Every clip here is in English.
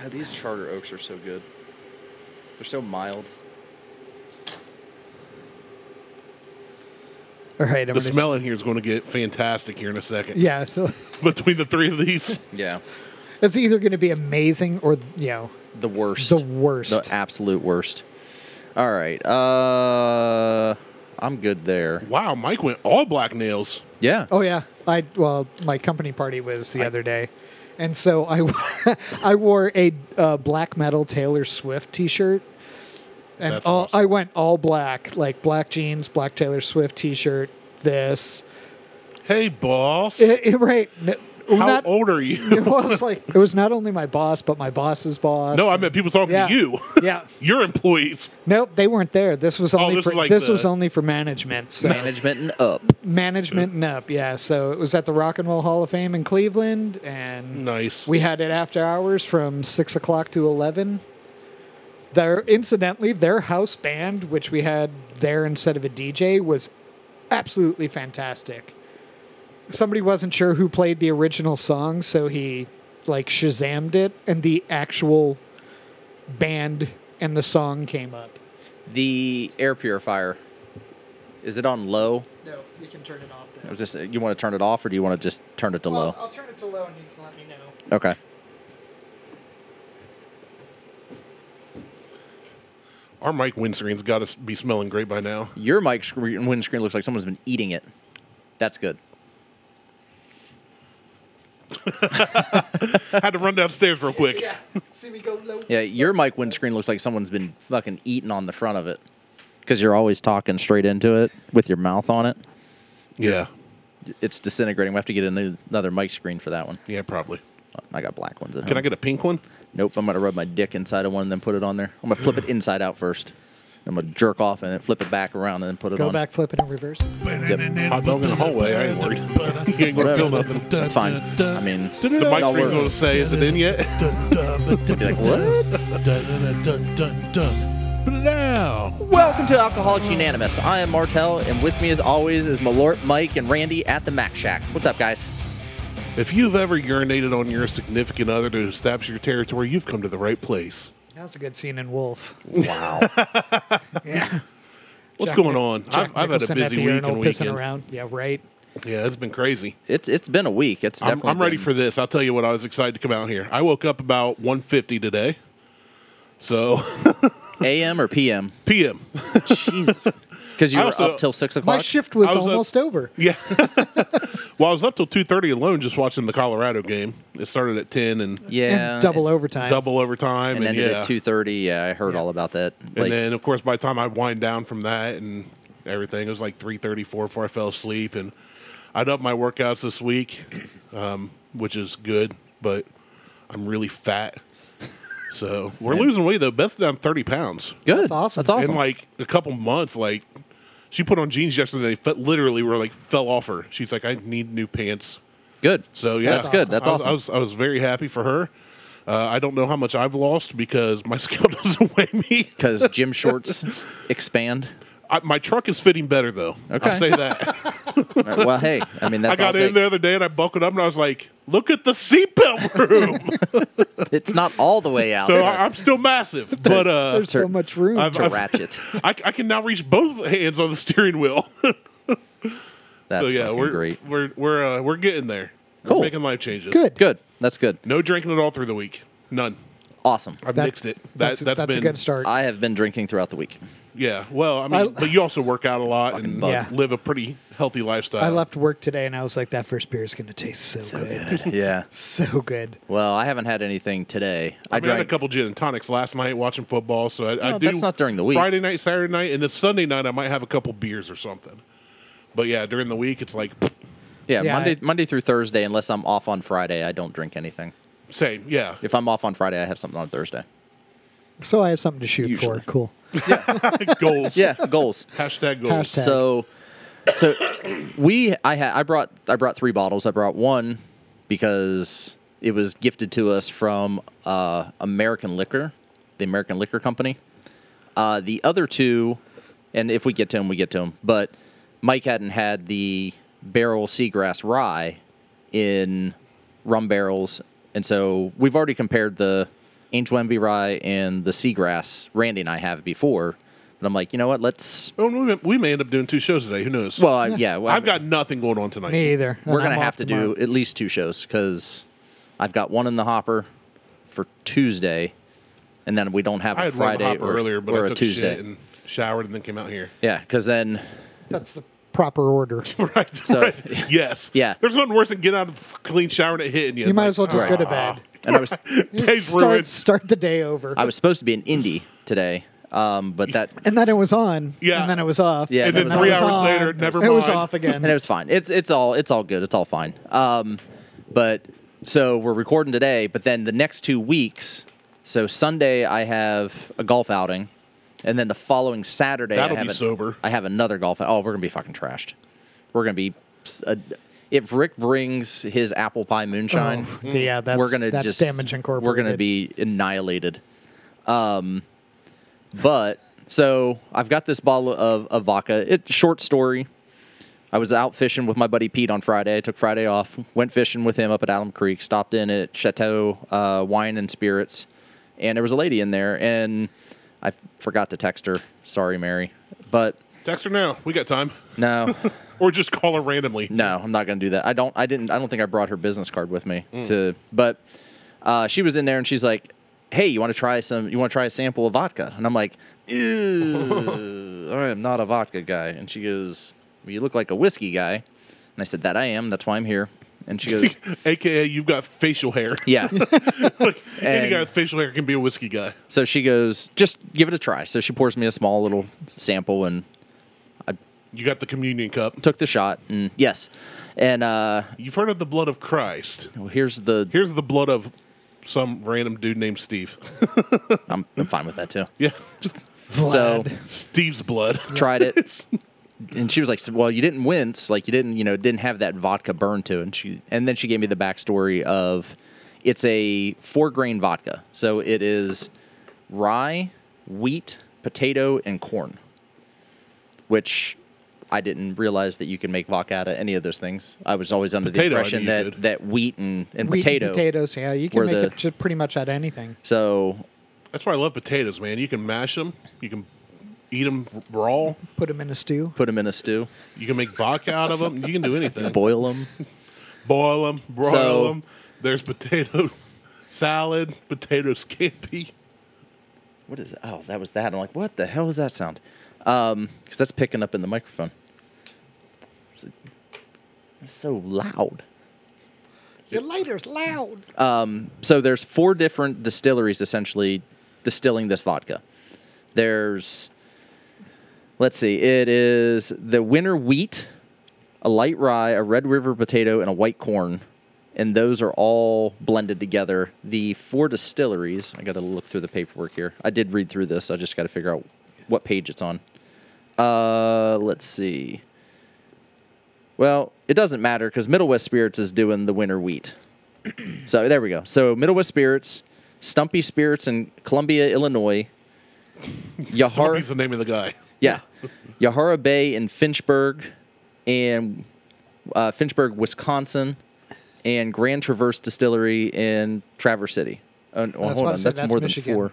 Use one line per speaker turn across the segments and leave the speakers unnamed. God, these charter oaks are so good. They're so mild.
All right, I'm
The
gonna-
smell in here is going to get fantastic here in a second.
Yeah, so
Between the three of these,
Yeah.
it's either going to be amazing or you know
The worst.
the worst.
The absolute worst. All right. Uh I'm good there.
wow, Mike went all black nails.
Yeah.
Oh yeah, I well, my company party was the other day, and so I w- I wore a uh, black metal Taylor Swift T-shirt, and
That's
all
awesome.
I went all black, like black jeans, black Taylor Swift T-shirt. This
Hey, boss.
it, it- right? No,
how
not,
old are
it
you?
was like it was not only my boss, but my boss's boss.
no, I meant people talking
Yeah.
to you.
yeah.
Your employees.
Nope, they weren't there. This was only
Oh, this
for
is like
this
the-
was only for management. So
Management and up.
management and up, yeah. So it was at the Rock and Roll Hall of Fame in Cleveland, and
Nice.
We had it after hours from six o'clock to eleven. Their incidentally, their house band, which we had there instead of a DJ, was absolutely fantastic. Somebody wasn't sure who played the original song, so he like Shazammed it, and the actual band and the song came up.
The air purifier. Is it on low?
No, you can turn it off.
I was just you want to turn it off or do you want to just turn it to low?
I'll turn it to low, and you can let me know.
Okay.
Our mic windscreen's got to be smelling great by now.
Your mic screen, windscreen looks like someone's been eating it. That's good.
had to run downstairs real quick.
see me go low.
Yeah, your mic windscreen looks like someone's been fucking eating on the front of it. Because you're always talking straight into it with your mouth on it.
Yeah.
It's disintegrating. We have to get a new, another mic screen for that one.
Yeah, probably.
I got black ones at home.
Can I get a pink one?
Nope, I'm gonna rub my dick inside of one and then put it on there. I'm gonna flip it inside out first. I'm gonna jerk off and then flip it back around and then put it
Go
on.
back, flip it in reverse.
Hot dog in the hallway. I ain't worried. you ain't going to
Whatever.
feel nothing.
That's fine. I mean,
The mic
it all
screen's going to
works.
say, is it in yet?
It's gonna be like, what?
Put it down.
Welcome to Alcoholics Unanimous. I am Martell, and with me as always is Malort, Mike, and Randy at the Mac Shack. What's up, guys?
If you've ever urinated on your significant other to establish your territory, you've come to the right place.
That was a good scene in Wolf.
Wow.
Yeah.
What's
Jack-
going on?
Jack
I've, I've had a
Nicholson at the
busy week
urinal
and
Pissing
weekend.
around. Yeah, right.
Yeah, it's been crazy.
it's it's been a week. It's
I'm,
definitely
I'm ready
been-
for this. I'll tell you what. I was excited to come out here. I woke up about 1:50 today, so
AM or PM.
p.m.
Jesus. Because you
I
were
also-
up till six o'clock.
My shift was,
I was up-
almost over.
Yeah. well, I was up till 2:30 alone just watching the Colorado game. It started at 10 and
yeah,
and double
and,
overtime.
double overtime,
and
and,
ended
yeah,
at two thirty. Yeah, I heard all about that.
and then of course by the time I wind down from that and everything, it was like 3:30, 4 before I fell asleep, and I'd up my workouts this week, um, which is good, but I'm really fat. So we're losing weight though. Beth's down 30 pounds.
good.
That's awesome.
That's awesome.
in like a couple months. Like she put on jeans yesterday, they fe- literally were like fell off her. She's like, I need new pants.
Good.
So yeah,
that's good. That's
I was,
awesome.
I was I was very happy for her. Uh, I don't know how much I've lost because my scale doesn't weigh me.
Because gym shorts expand.
I, my truck is fitting better though.
Okay.
I'll say that.
All right, Well, hey, I mean
I
that's all
got
it
in the
takes.
other day and I buckled up and I was like, look at the seatbelt room.
It's not all the way out.
so
There's-
I, I'm still massive, but uh,
There's so much room.
I've-
to
I've-
ratchet.
I, I can now reach both hands on the steering wheel.
That's
so yeah,
fucking
we're
great.
we're we're uh, we're getting there.
Cool.
We're making life changes.
good.
Good. That's good.
No drinking at all through the week. None.
Awesome.
I've
That-
mixed it. That,
That's, that's,
been,
a good start.
I have been drinking throughout the week.
Yeah. Well, I mean,
I-
but you also work out a lot and
bug.
Yeah.
live a pretty healthy lifestyle.
uh,
I left work today and I was like, that first beer is going to taste so, good.
Yeah.
So good.
Well, I haven't had anything today. I,
I, mean, I had
drank
a couple gin and tonics last night watching football, so I, I
No,
do.
that's not during the week.
Friday night, Saturday night, and then Sunday night I might have a couple beers or something. But yeah, during the week it's like
Yeah,
Yeah,
Monday
I-
Monday through Thursday, unless I'm off on Friday, I don't drink anything.
same. Yeah,
If I'm off on Friday, I have something on Thursday.
So I have something to shoot
Usually.
for. Cool.
goals.
Yeah, goals.
Hashtag goals.
Hashtag.
So, so we I had I brought I brought three bottles. I brought one because it was gifted to us from uh, American Liquor, the American Liquor Company. Uh, the other two, and if we get to them, we get to them. But Mike hadn't had the barrel seagrass rye in rum barrels, and so we've already compared the Angel Envy Rye and the Seagrass, Randy and I have before. And I'm like, you know what? Let's.
Oh, and we, may, we may end up doing two shows today. Who knows?
Well, I- yeah. well, I
I've
mean,
got nothing going on tonight.
Me either.
We're
And
going to
I'm
have
off
to
tomorrow.
do at least two shows because I've got one in the hopper for Tuesday. And then we don't have a
I had
Friday
one hopper
or,
earlier, but
or
I
a
took
Tuesday.
shit and showered and then came out here.
yeah, because then
That's the proper order.
right.
So-
right. Yes.
Yeah.
There's nothing worse than getting out of a clean shower and it hitting you.
You might as well just
Right.
go to bed.
and I was
Day's
start,
ruined.
start the day over.
I was supposed to be in Indy today, um, but that
and then it was on.
Yeah.
And then it was off.
Yeah,
And
then
it
three
was
hours
on,
later, never
It was
mind.
off
and it
again.
was fine. It's it's all it's all good. It's all fine. Um, but so we're recording today, but then the next two weeks. So Sunday I have a golf outing, and then the following Saturday
That'll
I have
be
an-
sober.
I have another golf. Oh, we're gonna be fucking trashed. We're gonna be. Uh, if Rick brings his apple pie moonshine,
hmm.
Oh, yeah, that's,
we're gonna
that's
just
damage incorporated.
We're gonna be annihilated. Um, but so I've got this bottle of, of vodka. It short story. I was out fishing with my buddy Pete on Friday. I took Friday off. Went fishing with him up at Alum Creek. Stopped in at Chateau uh, Wine and Spirits, and there was a lady in there, and I forgot to text her. Sorry, Mary, but
Text her now. We got time.
no,
Or just call her randomly.
No, I'm not going to do that. I don't. I didn't. I don't think I brought her business card with me to. But uh, she was in there and she's like, "Hey, you want to try some? You want to try a sample of vodka?" And I'm like, "Ew, I am not a vodka guy." And she goes, well, "You look like a whiskey guy." And I said, "That I am. That's why I'm here." And she goes,
AKA, you've got facial hair.
"Yeah."
Any
And-
guy with facial hair can be a whiskey guy.
So she goes, "Just give it a try." So she pours me a small little sample and
You got the communion cup.
took the shot. And yes, and uh,
You've heard of the blood of Christ.
here's the.
Here's the blood of some random dude named Steve.
I'm, I'm fine with that too.
yeah.
So.
Vlad.
Steve's blood.
tried it and she was like well you didn't wince like you didn't you know didn't have that vodka burn to it and she and then she gave me the backstory of it's a four grain vodka so it is rye wheat potato and corn which i didn't realize that you can make vodka out of any of those things i was always under
Potato,
the
I
impression
knew
that
you could.
that wheat and, and
Wheat and
potato
potatoes. Yeah, you can
were
make
the-
it just pretty much out of anything.
so
That's why I love potatoes, man. You can mash them. You can eat them raw.
Put them in a stew.
put them in a stew
You can make vodka out of them. You can do anything.
boil them
Boil them, broil
So-
them. There's potato salad, potato scampi.
what is oh that was that i'm like what the hell is that sound um because that's picking up in the microphone It's like- it's so loud
Your lighter's loud.
Uh, so there's four different distilleries essentially distilling this vodka there's let's see it is the winter wheat a light rye a red river potato and a white corn and those are all blended together the four distilleries i gotta look through the paperwork here i did read through this i just gotta figure out what page it's on uh let's see well it doesn't matter because middle west spirits is doing the winter wheat so there we go. So Middle West Spirits, Stumpy Spirits in Columbia, Illinois. Yahara,
Stumpy's the name of the guy.
yeah, Yahara Bay in Finchburg, and uh, Finchburg, Wisconsin, and Grand Traverse Distillery in Traverse City. Oh, n- well,
That's
hold
what
on,
I'm
that's,
saying, that's
more
Michigan.
than four.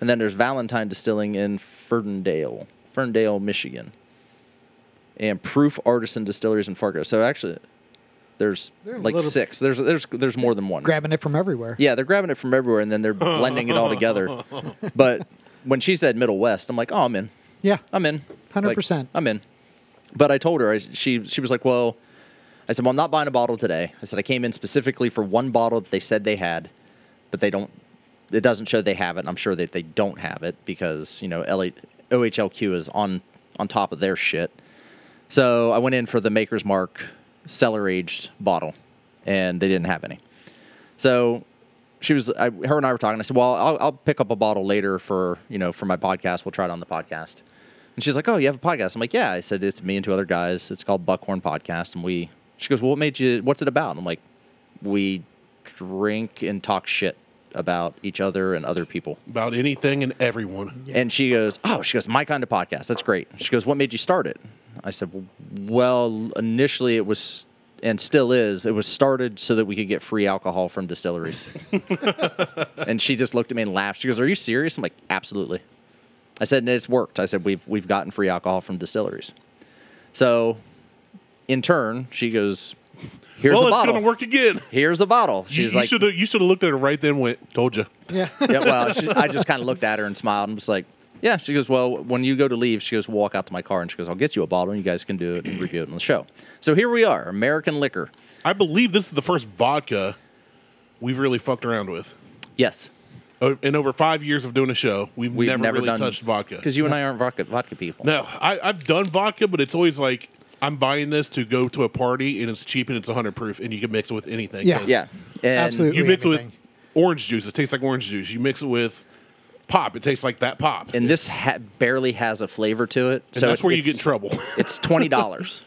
And then there's Valentine Distilling in Ferndale, Ferndale, Michigan, and Proof Artisan Distilleries in Fargo. So actually, there's
They're a
like
little-
six. There's there's there's more than one.
Grabbing it from everywhere.
Yeah, they're grabbing it from everywhere and then they're blending it all together. But when she said Middle West, I'm like, oh, I'm in.
Yeah.
I'm in.
Hundred
Like,
percent.
I'm in. But I told her, I, she, she was like, well, I said, well, I'm not buying a bottle today. I said, I came in specifically for one bottle that they said they had, but they don't, it doesn't show they have it. And I'm sure that they don't have it because, you know, LA, OHLQ is on, on top of their shit. So I went in for the Maker's Mark cellar aged bottle and they didn't have any. So she was, I, her and I were talking. I said, "Well, I'll, I'll pick up a bottle later for you know for my podcast. We'll try it on the podcast." And she's like, "Oh, you have a podcast?" I'm like, "Yeah." I said, "It's me and two other guys. It's called Buckhorn Podcast." And we, she goes, "Well, what made you? What's it about?" And I'm like, "We drink and talk shit about each other and other people."
About anything and everyone.
And she goes, Oh, she goes, my kind of podcast. That's great. She goes, What made you start it? I said, Well, initially it was and still is. It was started so that we could get free alcohol from distilleries. and she just looked at me and laughed. She goes, "Are you serious?" I'm like, "Absolutely." I said, and "It's worked." I said, "We've we've gotten free alcohol from distilleries." So, in turn, she goes, "Here's
well,
a
it's
bottle.
gonna work again.
Here's a bottle." She's
you
like,
should have you should have looked at it right then. and Went told you.
Yeah.
yeah, well, she, I just kind of looked at her and smiled. I'm just like, yeah. She goes, well, when you go to leave, she goes, walk out to my car and she goes, I'll get you a bottle and you guys can do it and review it on the show. So here we are, American liquor.
I believe this is the first vodka we've really fucked around with.
Yes,
O- In over five years of doing a show, we've,
we've
never,
never
really
done
touched vodka.
because you and I aren't vodka, vodka people.
No, I, I've done vodka, but it's always like I'm buying this to go to a party, and it's cheap and it's 100 proof, and you can mix it with anything.
Yeah.
'cause
Yeah, and
Absolutely.
You mix it with
Anything.
orange juice; it tastes like orange juice. You mix it with pop; it tastes like that pop.
And this ha- barely has a flavor to it. so
And that's
it's-
where you
it's-
get in trouble.
It's twenty dollars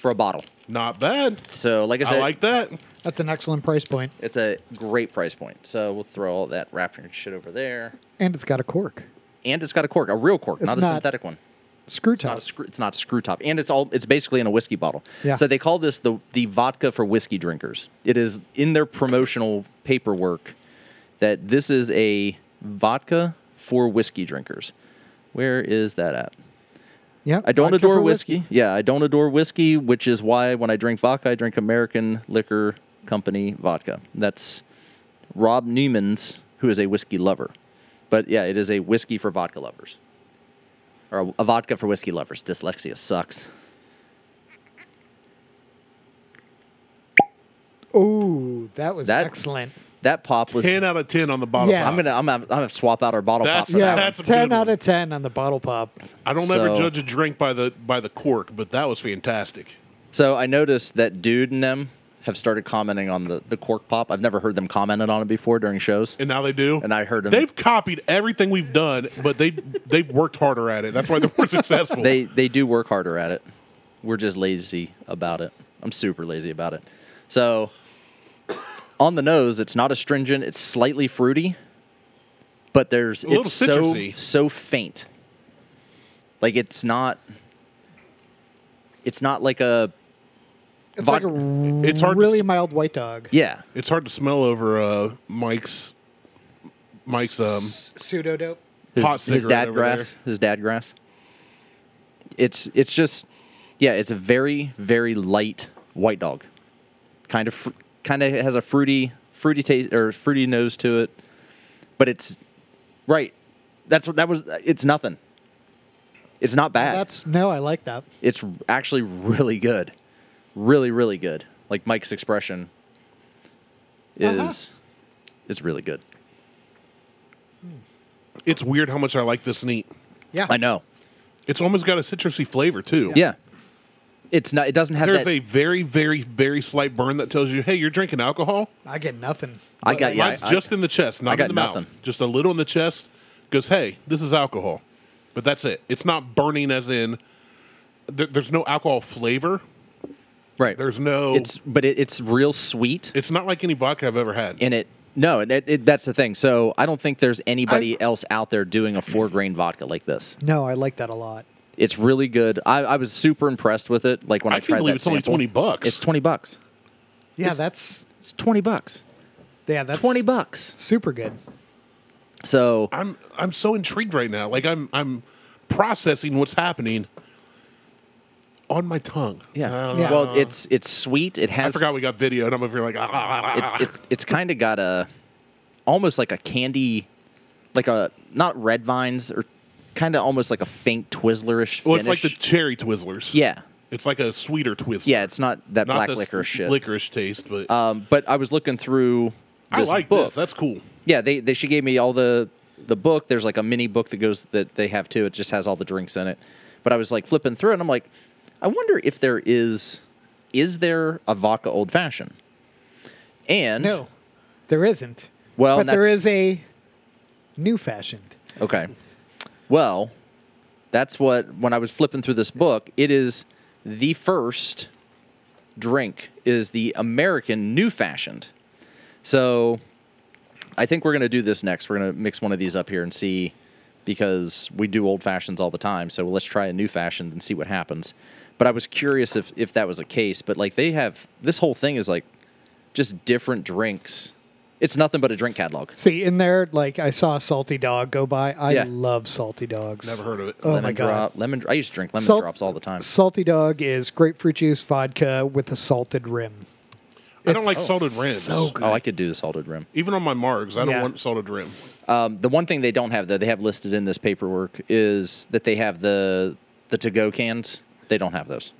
for a bottle.
Not bad.
So like I said,
I like that.
That's an excellent price point.
it's a great price point. So we'll throw all that wrapping shit over there.
And it's got a cork.
And it's got a cork, a real cork,
It's
not a
not-
synthetic one.
Screw
It's not
top.
a screw. It's not a screw top, and it's all. It's basically in a whiskey bottle.
Yeah.
So they call this the the vodka for whiskey drinkers. It is in their promotional paperwork that this is a vodka for whiskey drinkers. Where is that at?
yeah.
I don't
vodka
adore
for
whiskey. Yeah, I don't adore whiskey, which is why when I drink vodka, I drink American Liquor Company vodka. That's Rob Newman's, who is a whiskey lover. But yeah, it is a whiskey for vodka lovers, or a, a vodka for whiskey lovers. Dyslexia sucks.
Oh, that was
That-
excellent.
That pop was.
10 out of 10 on the bottle.
Yeah.
pop.
I'm gonna I'm gonna, I'm gonna swap out our bottle
That's-
pop for
Yeah,
that.
that's a
ten
good
out
one.
of ten on the bottle pop.
I don't
So-
ever judge a drink by the by the cork, but that was fantastic.
So I noticed that dude and them have started commenting on the the cork pop. I've never heard them commented on it before during shows.
And now they do.
And I heard 'em-
They've copied everything we've done, but they they've worked harder at it. That's why they're more successful.
they they do work harder at it. We're just lazy about it. I'm super lazy about it. So on the nose, it's not astringent. It's slightly fruity, but there's
little
it's so
citrusy.
so faint. Like it's not. It's not like a
It's
Vod-
like a
It's hard to
really
s-
mild white dog.
yeah.
It's hard to smell over uh, Mike's Mike's um
pseudo dope.
His,
Pot
his
cigarette
dad
over
grass. His dad grass. It's it's just yeah. It's a very very light white dog. Kind of fr- kind of has a fruity fruity taste or fruity nose to it, but it's right. That's what that was. It's nothing. It's not bad.
That's no, I like that.
it's actually really good, really really good. Like Mike's expression is
Uh-huh.
it's really good.
it's weird how much I like this neat.
Yeah,
I know.
It's almost got a citrusy flavor too.
Yeah. It's not. It doesn't have
There's
that.
a very, very, very slight burn that tells you, hey, you're drinking alcohol.
I get nothing.
I got yeah.
Mine's
I-
just in the chest, not
I got
in the mouth.
nothing.
Just a little in the chest. Goes, hey, this is alcohol, but that's it. It's not burning as in there, there's no alcohol flavor.
Right.
There's no.
it's but it, it's real sweet
It's not like any vodka I've ever had.
and it no it, it, that's the thing. So I don't think there's anybody else out there doing a four grain vodka like this.
No, I like that a lot.
It's really good. I, I was super impressed with it. Like when I,
I
tried
can't believe
that
it's only
sample.
20 bucks.
It's twenty bucks.
Yeah,
It's-
that's
It's twenty bucks.
yeah, that's
Twenty bucks.
Super good.
So
I'm I'm so intrigued right now. Like I'm I'm processing what's happening on my tongue.
yeah.
Uh,
Yeah.
Well, it's it's sweet. It
I
has.
forgot we got video, and I'm over here like ah, ah, ah, ah, ah.
It, it, it's kind of got a almost like a candy, like a not red vines or kind of almost like a faint Twizzlerish.
well, it's like the
finish.
cherry Twizzlers.
yeah.
it's like a sweeter Twizzler.
Yeah, it's not that
not
black
this
licorice shit.
Licorice taste, but
Um, but I was looking through
I
this
like
book.
this. That's cool.
yeah, they, they she gave me all the the book. There's like a mini book that goes that they have too. It just has all the drinks in it. But I was like flipping through, and I'm like, I wonder if there is is there a vodka old fashioned? And
No, there isn't.
Well,
but there
that's-
is a new fashioned.
Okay. Well, that's what when I was flipping through this book, it is the first drink is the American new fashioned. So I think we're going to do this next. We're going to mix one of these up here and see because we do old fashions all the time. So let's try a new fashioned and see what happens. But I was curious if if that was the case. But like they have this whole thing is like just different drinks. It's nothing but a drink catalog.
See in there, like I saw a salty dog go by. I
Yeah.
love salty dogs.
Never heard of it.
Oh
lemon
my god.
drop, lemon. I used to drink lemon
Salt-
drops all the time.
Salty dog is grapefruit juice vodka with a salted rim.
I don't
It's
like salted rims.
So good.
Oh, I could do the salted rim.
Even on my margs, I don't
Yeah.
want salted rim.
Um, the one thing they don't have that they have listed in this paperwork is that they have the the to go cans. They don't have those,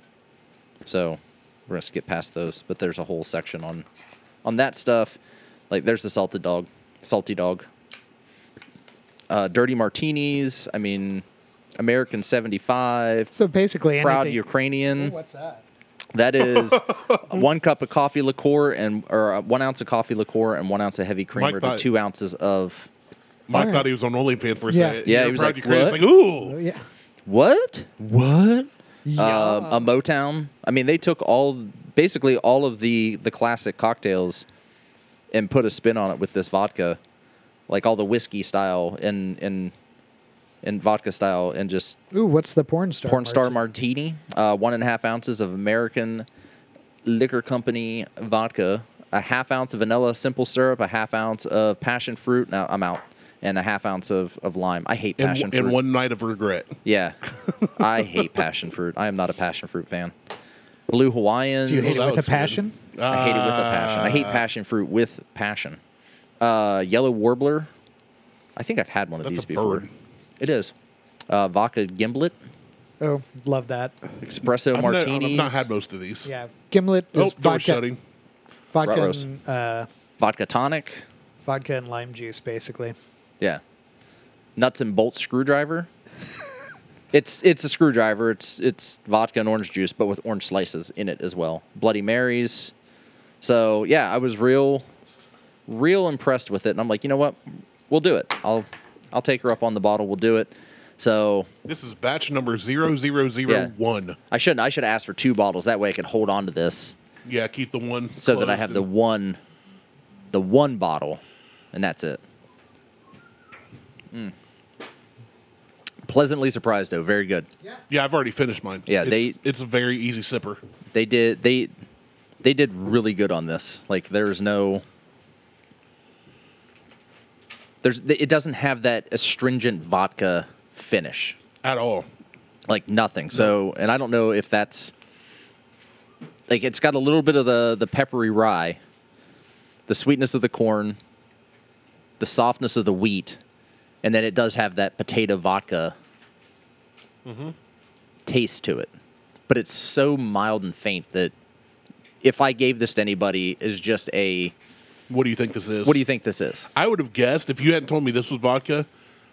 so we're gonna skip past those. But there's a whole section on on that stuff. Like there's the salted dog, salty dog, uh, dirty martinis. I mean, American seventy five,
so basically,
proud
anything. Oh,
Ukrainian.
What's that?
That is one cup of coffee liqueur and or uh, one ounce of coffee liqueur and one ounce of heavy creamer to
thought-
two ounces of
Mike
Alright.
thought he was on OnlyFans for a
Yeah.
second.
Yeah,
You
he
know,
was
Proud
like,
Ukraine, it's
"What?"
Oh,
ooh.
yeah.
what?
What?
Um,
Yeah.
a Motown. I mean, they took all basically all of the the classic cocktails and put a spin on it with this vodka, like all the whiskey style and and and vodka style, and just
Ooh, what's the porn star?
porn star
margin?
martini, uh, one and a half ounces of American liquor company vodka, a half ounce of vanilla simple syrup, a half ounce of passion fruit. Now I'm out, and a half ounce of, of lime. I hate
And,
passion fruit.
and one night of regret.
Yeah. I hate passion fruit. I am not a passion fruit fan. Blue Hawaiians.
Do you hate
that
it with a
looks good.
passion?
I hate it with a passion. I hate
Ah.
passion fruit with passion. Uh, yellow warbler. I think I've had one of
That's
these
a
before.
bird.
It is. Uh, vodka gimblet,
Oh, love that.
espresso
I've, not,
martinis,
I've not had most of these.
Yeah, gimlet is
Oh, door
vodka,
shutting.
vodka,
Ruh-rohs.
and, uh,
vodka tonic.
vodka and lime juice, basically.
Yeah. Nuts and bolts screwdriver. it's it's a screwdriver. It's it's vodka and orange juice, but with orange slices in it as well. Bloody Marys. So yeah, I was real, real impressed with it, and I'm like, you know what, we'll do it. I'll I'll take her up on the bottle. We'll do it. So
This is batch number 0001. Yeah,
I shouldn't. I should have asked for two bottles. That way I could hold on to this,
keep the one.
so that I have the
closed
one, the one bottle, and that's it. Mm. Pleasantly surprised though. Very good.
and- Yeah, I've already finished mine.
Yeah,
It's-
they-
It's a very easy sipper.
they did they they did really good on this like there's no there's it doesn't have that astringent vodka finish
At all.
like nothing so and i don't know if that's like it's got a little bit of the the peppery rye the sweetness of the corn the softness of the wheat and then it does have that potato vodka
Mm-hmm.
taste to it but it's so mild and faint that if i gave this to anybody is just a
What do you think this is?
what do you think this is
I would have guessed if you hadn't told me this was vodka,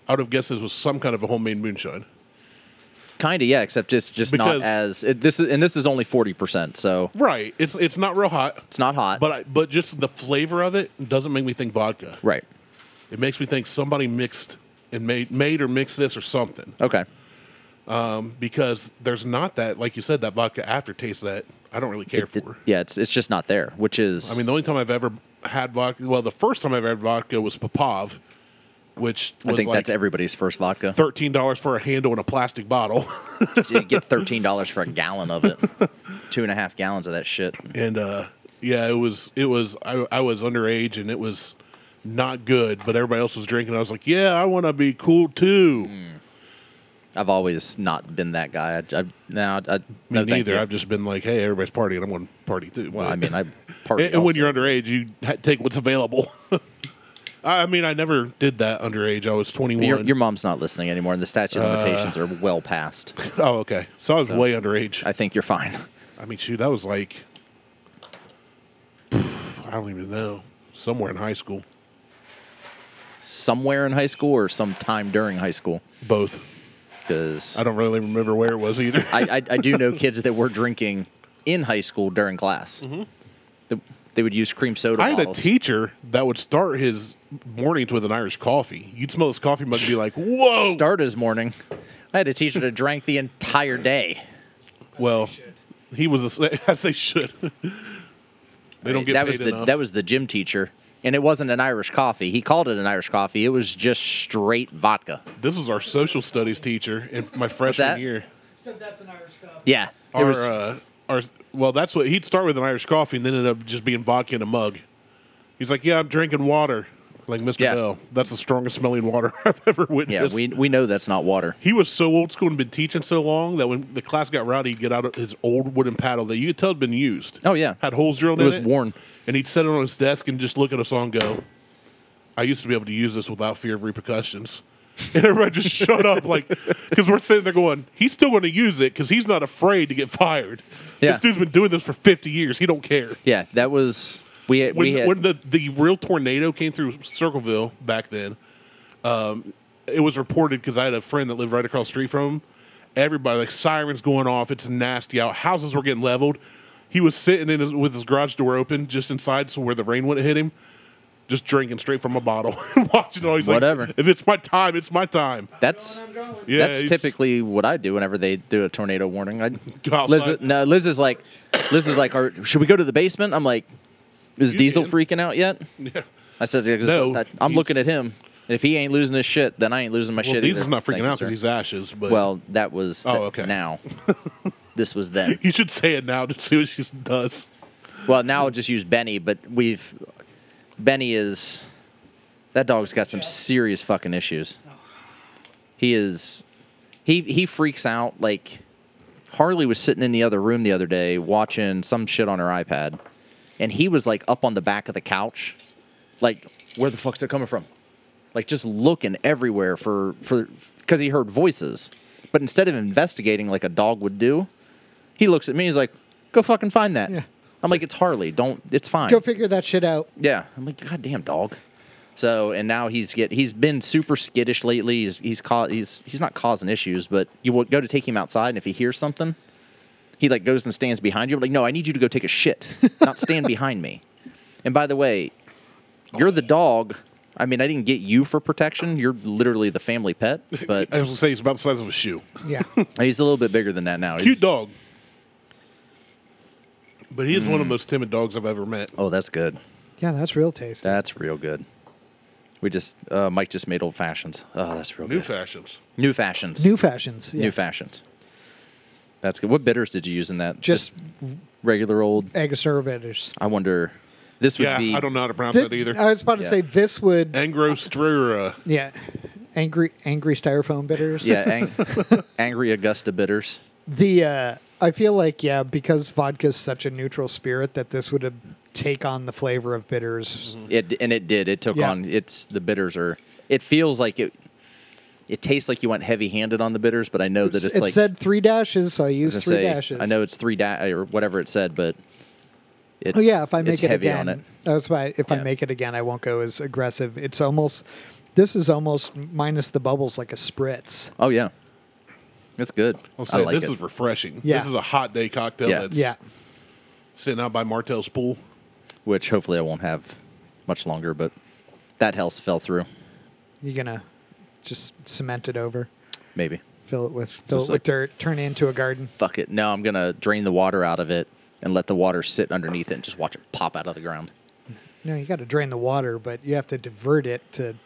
I would have guessed this was some kind of a homemade moonshine.
kind of yeah except it's just
Because-
not as it, this is and this is only 40% so
Right. It's it's not real hot,
it's not hot
but I, but just the flavor of it doesn't make me think vodka.
right
It makes me think somebody mixed and made made or mixed this or something
okay
because there's not that like you said that vodka aftertaste that I don't really care
It-
for.
yeah, it's it's just not there, which is
I mean, the only time I've ever had vodka, well, the first time I've had vodka was Popov, which was
I think
like
that's everybody's first vodka.
thirteen dollars for a handle in a plastic bottle,
you get thirteen dollars for a gallon of it, two and a half gallons of that shit.
and uh, yeah, it was it was I, I was underage and it was not good, but everybody else was drinking. I was like, yeah, I want to be cool
Mm.
too.
I've always not been that guy. I, I now I,
Me
no, thank
neither.
you.
I've just been like, hey, everybody's partying, I'm going to party too.
well,
But-
I mean, I
and,
party
and when
also.
you're underage, you ha- take what's available. I I mean, I never did that underage. I was 21.
your, your mom's not listening anymore, and the statute
Uh,
of limitations are well past.
oh, okay. So I was way underage.
I think you're fine.
I mean, shoot, that was like, I don't even know, somewhere in high school.
Somewhere in high school or sometime during high school,
Both.
because
I don't really remember where it was either.
I, I, I do know kids that were drinking in high school during class.
Mm-hmm.
They, they would use cream soda.
I had a
bottles.
teacher that would start his mornings with an Irish coffee. You'd smell his coffee mug and be like, whoa.
start his morning. I had a teacher that drank the entire day.
well, he was, a, sna- as they should. they don't get
that
paid
was the
enough.
that was the gym teacher, and it wasn't an Irish coffee. He called it an Irish coffee. It was just straight vodka.
this was our social studies teacher in my freshman
that?
year.
So that's an Irish cup.
Yeah,
Our,
was-
uh, our, well, that's what he'd start with an Irish coffee and then end up just being vodka in a mug. He's like, yeah, I'm drinking water. Like Mr.
Yeah.
Bell, that's the strongest smelling water I've ever
Yeah,
witnessed.
we we know that's not water.
he was so old school and been teaching so long that when the class got rowdy, he'd get out his old wooden paddle that you could tell had been used.
Oh, yeah.
had holes drilled
It
in
was
it.
worn.
and he'd sit it on his desk and just look at us all and go, "I used to be able to use this without fear of repercussions." And everybody just shut up, like, because we're sitting there going, "He's still going to use it because he's not afraid to get fired."
Yeah.
This dude's been doing this for fifty years. He don't care.
Yeah, that was we had,
When,
we had
when the the real tornado came through Circleville back then, um, it was reported because I had a friend that lived right across the street from him. Everybody like sirens going off. It's nasty out. Houses were getting leveled. He was sitting in his, with his garage door open, just inside, so where the rain wouldn't hit him. Just drinking straight from a bottle, and watching all. He's
Whatever.
Like, if it's my time, it's my time.
that's
Yeah,
that's
he's-
typically what I do whenever they do a tornado warning. I
outside.
Liz, no, Liz is like, Liz is like, Are, should we go to the basement? I'm like, is
You
Diesel
can.
freaking out yet? Yeah. I said, "Yeah, 'cause
No,
I- I'm
he's-
looking at him. If he ain't losing his shit, then I ain't losing my
Well,
shit.
Diesel's
either.
not
Thank
freaking
you,
out
sir."
because he's ashes, but
Well, that was
Oh,
th-
okay.
now. this was then.
you should say it now to see what she does.
Well, now I'll just use Benny, but we've Benny is that dog's got some serious fucking issues. He is he he freaks out like Harley was sitting in the other room the other day watching some shit on her iPad and he was like up on the back of the couch like where the fuck's it coming from? Like just looking everywhere for for cuz he heard voices. But instead of investigating like a dog would do, he looks at me he's like go fucking find that.
Yeah.
I'm like it's Harley, don't it's fine.
Go figure that shit out.
Yeah, I'm like, goddamn dog. So and now he's get he's been super skittish lately. He's he's caught he's he's not causing issues, but you will go to take him outside, and if he hears something, he like goes and stands behind you. I'm like, no, I need you to go take a shit, not stand behind me. And by the way, you're the dog. I mean, I didn't get you for protection. You're literally the family pet, but
I was gonna say he's about the size of a shoe.
Yeah.
he's a little bit bigger than that now.
cute
He's-
dog. But he is one of the most timid dogs I've ever met.
Oh, that's good.
Yeah, that's real taste.
That's real good. We just uh, Mike just made old fashions. Oh, that's real
New
good.
fashions.
new fashions.
New fashions.
New
yes.
fashions. That's good. What bitters did you use in that?
Just
regular old.
Angostura bitters.
I wonder. This would
Yeah,
be.
I don't know how to pronounce that
Thi-
either.
I was about to
Yeah.
say this would.
Angrostrura.
Yeah. Angry, angry styrofoam bitters.
Yeah, ang- angry Augusta bitters.
The uh, I feel like yeah, because vodka's such a neutral spirit that this would uh, take on the flavor of bitters.
It and it did. It took
Yeah.
on. It's the bitters are. It feels like it. It tastes like you went heavy-handed on the bitters, but I know that it's
it
like
said three dashes, so I
I
used three
say,
dashes.
I know it's three da- or whatever it said, but. It's,
Oh yeah, if I
it's
make it
heavy
again,
on it.
that's why. If I
Yeah.
make it again, I won't go as aggressive. It's almost. This is almost minus the bubbles like a spritz.
Oh yeah, it's good.
I'll
I
say
like
this
it.
is refreshing.
Yeah.
This is a hot day cocktail
Yeah.
that's
Yeah,
sitting out by Martell's pool.
which hopefully I won't have much longer, but that house fell through.
you're gonna just cement it over,
Maybe.
fill it with fill
Just like-
it with dirt, turn it into a garden.
Fuck it. No, I'm gonna drain the water out of it and let the water sit underneath it and just watch it pop out of the ground.
No, you got to drain the water, but you have to divert it to.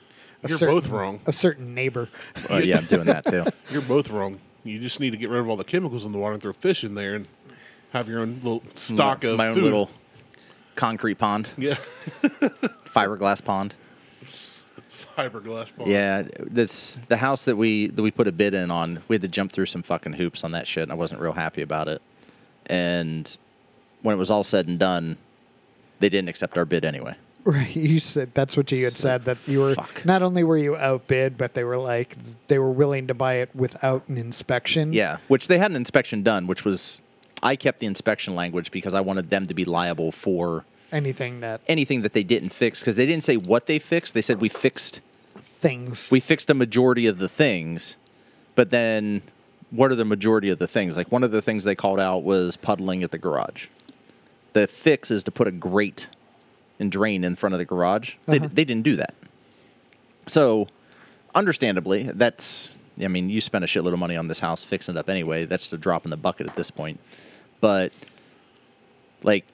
A
You're
certain,
both wrong.
A certain neighbor.
Oh yeah, I'm doing that too.
You're both wrong. You just need to get rid of all the chemicals in the water and throw fish in there and have your own little stock of
Mm, my own
food.
little concrete pond,
yeah
fiberglass pond.
fiberglass ball.
Yeah, this the house that we that we put a bid in on. We had to jump through some fucking hoops on that shit, and I wasn't real happy about it. And when it was all said and done, they didn't accept our bid anyway.
Right, you said that's what you had said that you were
fuck.
not only were you outbid, but they were like they were willing to buy it without an inspection.
Yeah, which they had an inspection done, which was I kept the inspection language because I wanted them to be liable for
anything that
anything that they didn't fix because they didn't say what they fixed. They said we fixed
things.
we fixed a majority of the things, but then what are the majority of the things? Like one of the things they called out was puddling at the garage. The fix is to put a grate and drain in front of the garage. They, they didn't do that. So, understandably, that's I mean, you spent a shitload of money on this house fixing it up anyway. That's the drop in the bucket at this point. But like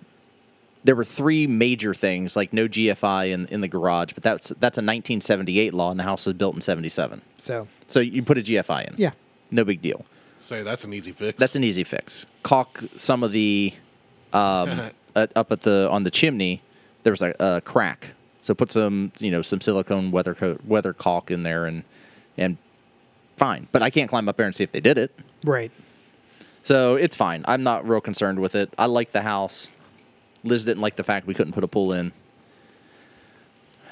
there were three major things like no GFI in, in the garage, but that's that's a 1978 law, and the house was built in 77.
so
So you put a GFI in.
Yeah.
no big deal.
Say that's an easy fix.
That's an easy fix. Caulk some of the um, uh, up at the on the chimney. There was a, a crack, so put some you know some silicone weather co- weather caulk in there and and fine. But I can't climb up there and see if they did it,
Right.
so it's fine. I'm not real concerned with it. I like the house. Liz didn't like the fact we couldn't put a pool in.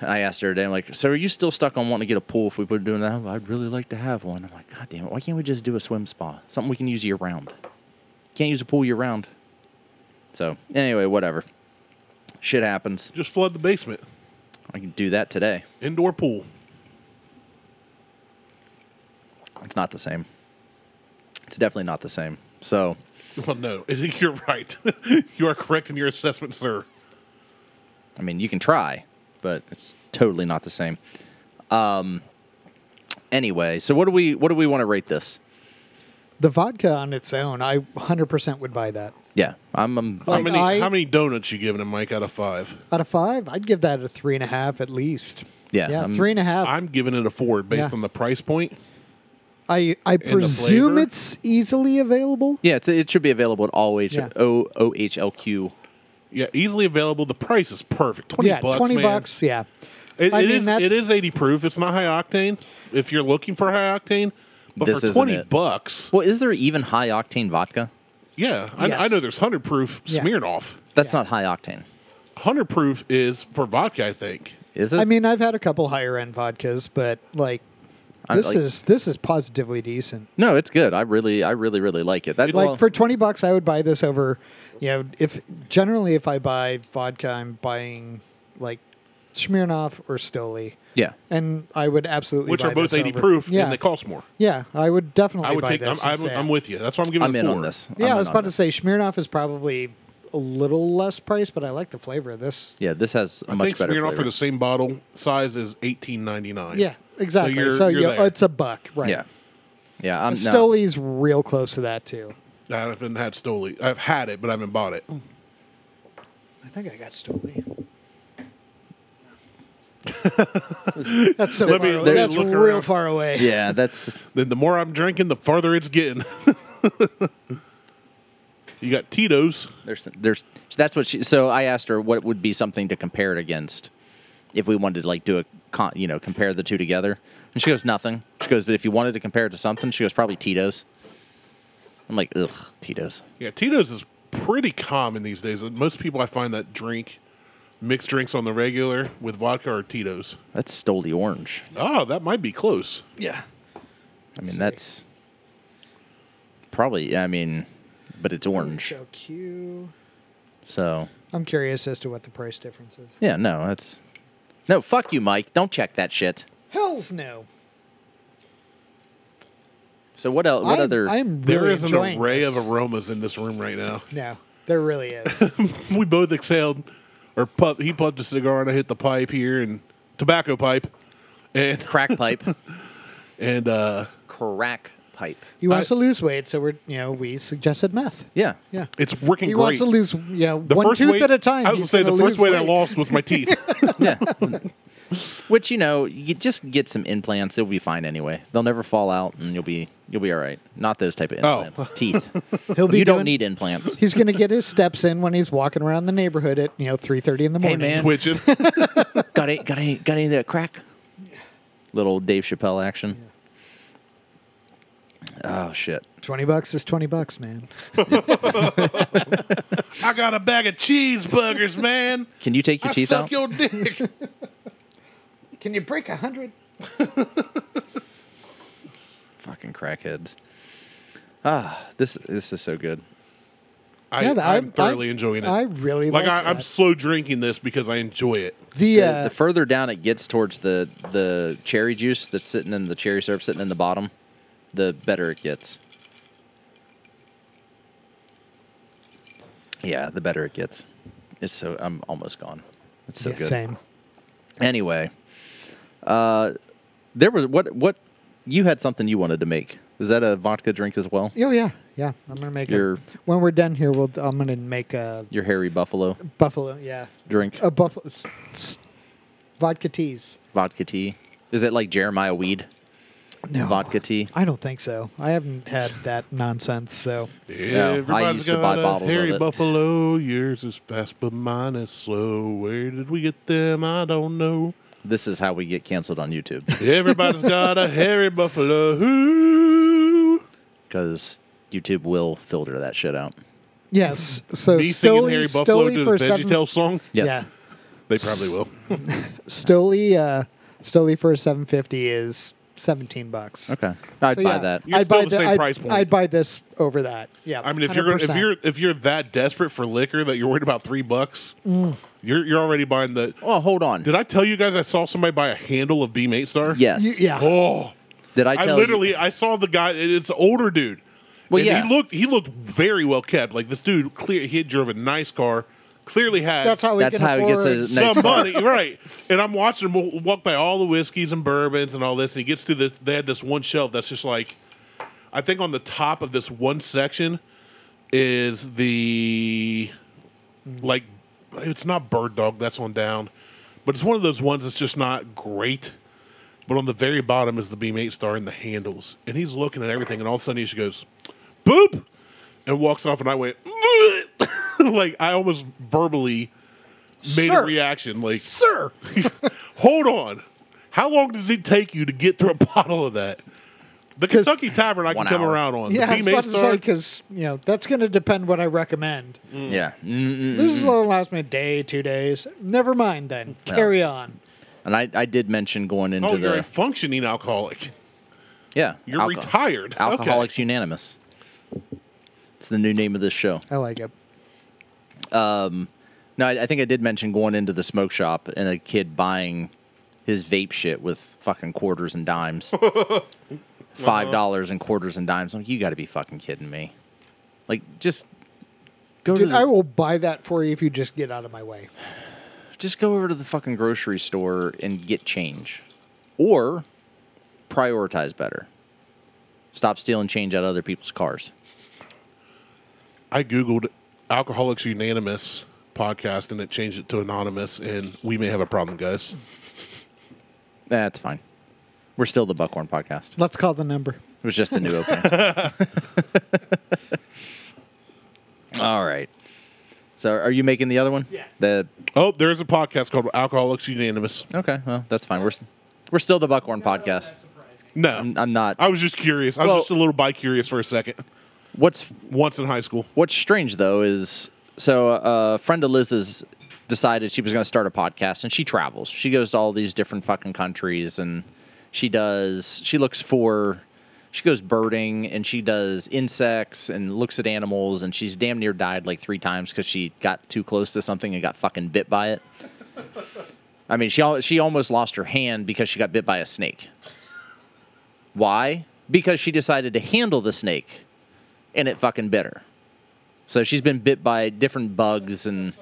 And I asked her today, I'm like, so are you still stuck on wanting to get a pool if we put doing that? I'd really like to have one. I'm like, God damn it, why can't we just do a swim spa? Something we can use year round. Can't use a pool year round. So anyway, whatever. Shit happens.
Just flood the basement.
I can do that today.
Indoor pool.
It's not the same. It's definitely not the same. So
Well, no, you're right. you are correct in your assessment, sir.
I mean, you can try, but it's totally not the same. Um, anyway, so what do we what do we want to rate this?
The vodka on its own, I 100% would buy that.
Yeah, I'm, I'm
How
Like,
many
I-
how many donuts you giving him, Mike? Out of five,
Out of five, I'd give that a three and a half at least.
Yeah,
Yeah,
I'm-
three and a half.
I'm giving it a four based
Yeah.
on the price point.
I, I presume
flavor?
it's easily available.
yeah. It's, it should be available at all H
Yeah.
O O H L Q.
Yeah, easily available. The price is perfect. Twenty
yeah,
bucks.
20
man.
bucks. Yeah.
It,
I
it
mean,
is-
that's-
it is eighty proof. It's not high octane. If you're looking for high octane, but
This
for
isn't
twenty
it.
bucks,
Well, is there even high octane vodka?
yeah, I, I
Yes.
know there's hundred proof
Yeah.
Smirnoff.
That's
Yeah.
not high octane,
Hundred proof is for vodka, I think.
is it?
I mean, I've had a couple higher end vodkas, but like
I-
this
like-
is this is positively decent.
no, it's good. I really, I really, really like it. That
It's-
Like
well,
for 20 bucks I would buy this over, you know, if generally if I buy vodka I'm buying like Smirnoff or Stoli.
yeah,
And I would absolutely
which
buy
are both
this
80
over-
proof
Yeah.
and they cost more.
Yeah, I would definitely
I, would
buy
take. I'm,
this. and
I'm,
say-
I'm with you. That's why I'm giving.
I'm
it
in on
four.
this.
Yeah,
I'm
I
in
was
on
about to
this.
say Smirnoff is probably a little less price, but I like the flavor of this.
Yeah, this has a
I
much
think
better.
Smirnoff for
flavor.
the same bottle size is eighteen ninety nine.
Yeah, exactly. So,
you're- you're
yeah,
there.
it's a buck, right?
yeah, yeah. I'm no,
Stoli's real close to that too.
I haven't had Stoli. I've had it, but I haven't bought it.
I think I got Stoli. that's so far
Let me-
away.
let me
that's
look
real
around.
far away.
Yeah, that's
Then the more I'm drinking, the farther it's getting. you got Tito's.
There's, there's, that's what she. So I asked her what would be something to compare it against, if we wanted to like do a, con, you know, compare the two together. And she goes nothing. She goes, but if you wanted to compare it to something, she goes probably Tito's. I'm like, ugh, Tito's.
Yeah, Tito's is pretty common these days. Most people I find that drink mixed drinks on the regular with vodka or Tito's.
That's stole the orange.
Oh, that might be close.
Yeah.
I mean, that's probably. I mean, but it's orange.
HLQ.
So
I'm curious as to what the price difference is.
yeah, no, that's no. Fuck you, Mike. Don't check that shit.
Hell's no.
So what else? What
I'm,
other?
I'm really
There is an
enjoying
array
this.
of aromas in this room right now.
No, there really is.
We both exhaled, or puff, he puffed a cigar and I hit the pipe here and tobacco pipe, and
crack pipe.
and uh,
crack pipe.
He wants
I-
to lose weight, so we're you know we suggested meth.
Yeah.
Yeah.
it's working
He
great.
wants to lose yeah one tooth
weight-
at a time.
I was
He's
gonna say the
gonna
first
lose
weight I lost was my teeth.
yeah. Which you know, you just get some implants; it'll be fine anyway. They'll never fall out, and you'll be you'll be all right. Not those type of
Oh.
implants. Teeth.
He'll be
you don't
doing-
need implants.
He's gonna get his steps in when he's walking around the neighborhood at you know three thirty in the
Hey
morning.
man,
Twitching.
got any got any got any of that crack? Little Dave Chappelle action. Oh shit!
Twenty bucks is twenty bucks, man.
I got a bag of cheeseburgers, man.
Can you take your
I
teeth out?
suck your dick.
Can you break a hundred?
Fucking crackheads. Ah, this this is so good.
I,
Yeah, I-
I'm thoroughly
I-
enjoying it.
I really
like.
like
I, I'm
that.
slow drinking this because I enjoy it.
The,
The,
uh,
the further down it gets towards the the cherry juice that's sitting in the cherry syrup sitting in the bottom, the better it gets. Yeah, the better it gets. It's so I'm almost gone. It's so
yeah,
good.
same.
Anyway, uh, there was what what you had something you wanted to make. Was that a vodka drink as well?
Oh yeah, yeah. I'm gonna make
Your-
it. When we're done here, we'll. I'm gonna make a
Your hairy buffalo
buffalo. Yeah,
drink,
a buffalo s- s- vodka teas.
vodka tea. Is it like Jeremiah weed?
No.
vodka tea.
I don't think so. I haven't had that nonsense. So
No, I used to buy
a
bottles of
Harry
it.
Buffalo. Yours is fast, but mine is slow. Where did we get them? I don't know.
This is how we get canceled on YouTube
Everybody's got a Harry Buffalo. Who?
because YouTube will filter that shit out.
yes. So
Me singing
Stoli,
Harry Buffalo
Stoli
to the
for seven.
VeggieTales song?
Yes.
Yeah.
They probably will.
Stoli. Uh, Stoli for seven fifty is seventeen bucks.
Okay. I'd
So,
buy
yeah,
that.
You're
I'd
still
buy
the same
I'd,
price point.
I'd buy this over that. Yeah.
I mean, if you're gonna, if
100%.
you're if you're that desperate for liquor that you're worried about three bucks,
Mm.
you're you're already buying the.
Oh, hold on.
Did I tell you guys I saw somebody buy a handle of Beam Eight Star?
yes.
You- yeah.
Oh,
Did I
I,
tell
literally
you?
I saw the guy. and It's an older dude.
Well,
And
yeah.
He looked he looked very well kept. Like this dude, clear he had drove a nice car. Clearly had
that's how we
That's
can
how he
afford
gets his next
some
car.
money, right? And I'm watching him wa- walk by all the whiskeys and bourbons and all this, and he gets to this. They had this one shelf that's just like, I think on the top of this one section is the like, it's not Bird Dog. That's one down, but it's one of those ones that's just not great. But on the very bottom is the Beam Eight Star and the handles, and he's looking at everything, and all of a sudden he just goes, "Boop," and walks off, and I went. like I almost verbally made
Sir.
a reaction like
sir.
hold on how long does it take you to get through a bottle of that the kentucky tavern i can
One
come
hour.
around on
Yeah,
the
I was
Beam
about
Eight
to
Star, Mm.
say because you know that's going to depend what I recommend.
Yeah. Mm-mm.
This is going to last me a day, two days. Never mind then. Carry on.
And I, I did mention going into
oh
the
you're a functioning alcoholic
yeah.
you're
alco-
retired
Alcoholics Unanimous. It's the new name of this show.
I like it.
No, I, I think I did mention going into the smoke shop and a kid buying his vape shit with fucking quarters and dimes. Five dollars and quarters and dimes. I'm like, you got to be fucking kidding me. Like, just go to
Dude,
the,
I will buy that for you if you just get out of my way.
just go over to the fucking grocery store and get change, or prioritize better. Stop stealing change out of other people's cars.
i googled alcoholics unanimous podcast and it changed it to anonymous and we may have a problem guys
That's fine. We're still the Buckhorn Podcast.
Let's call the number.
It was just a new opening. All right. So are you making the other one?
Yeah.
The
oh there's a podcast called alcoholics unanimous
okay. Well, that's fine. We're s- we're still the Buckhorn podcast.
no
I'm, I'm not.
i was just curious i was
Well-
just a little bi curious for a second
What's
once in high school
What's strange though is so uh, a friend of Liz's decided she was going to start a podcast, and she travels. She goes to all these different fucking countries, and she does. She looks for. She goes birding and she does insects and looks at animals and she's damn near died like three times because she got too close to something and got fucking bit by it. I mean, she al- she almost lost her hand because she got bit by a snake. Why? Because she decided to handle the snake, and it fucking bit her. So she's been bit by different bugs and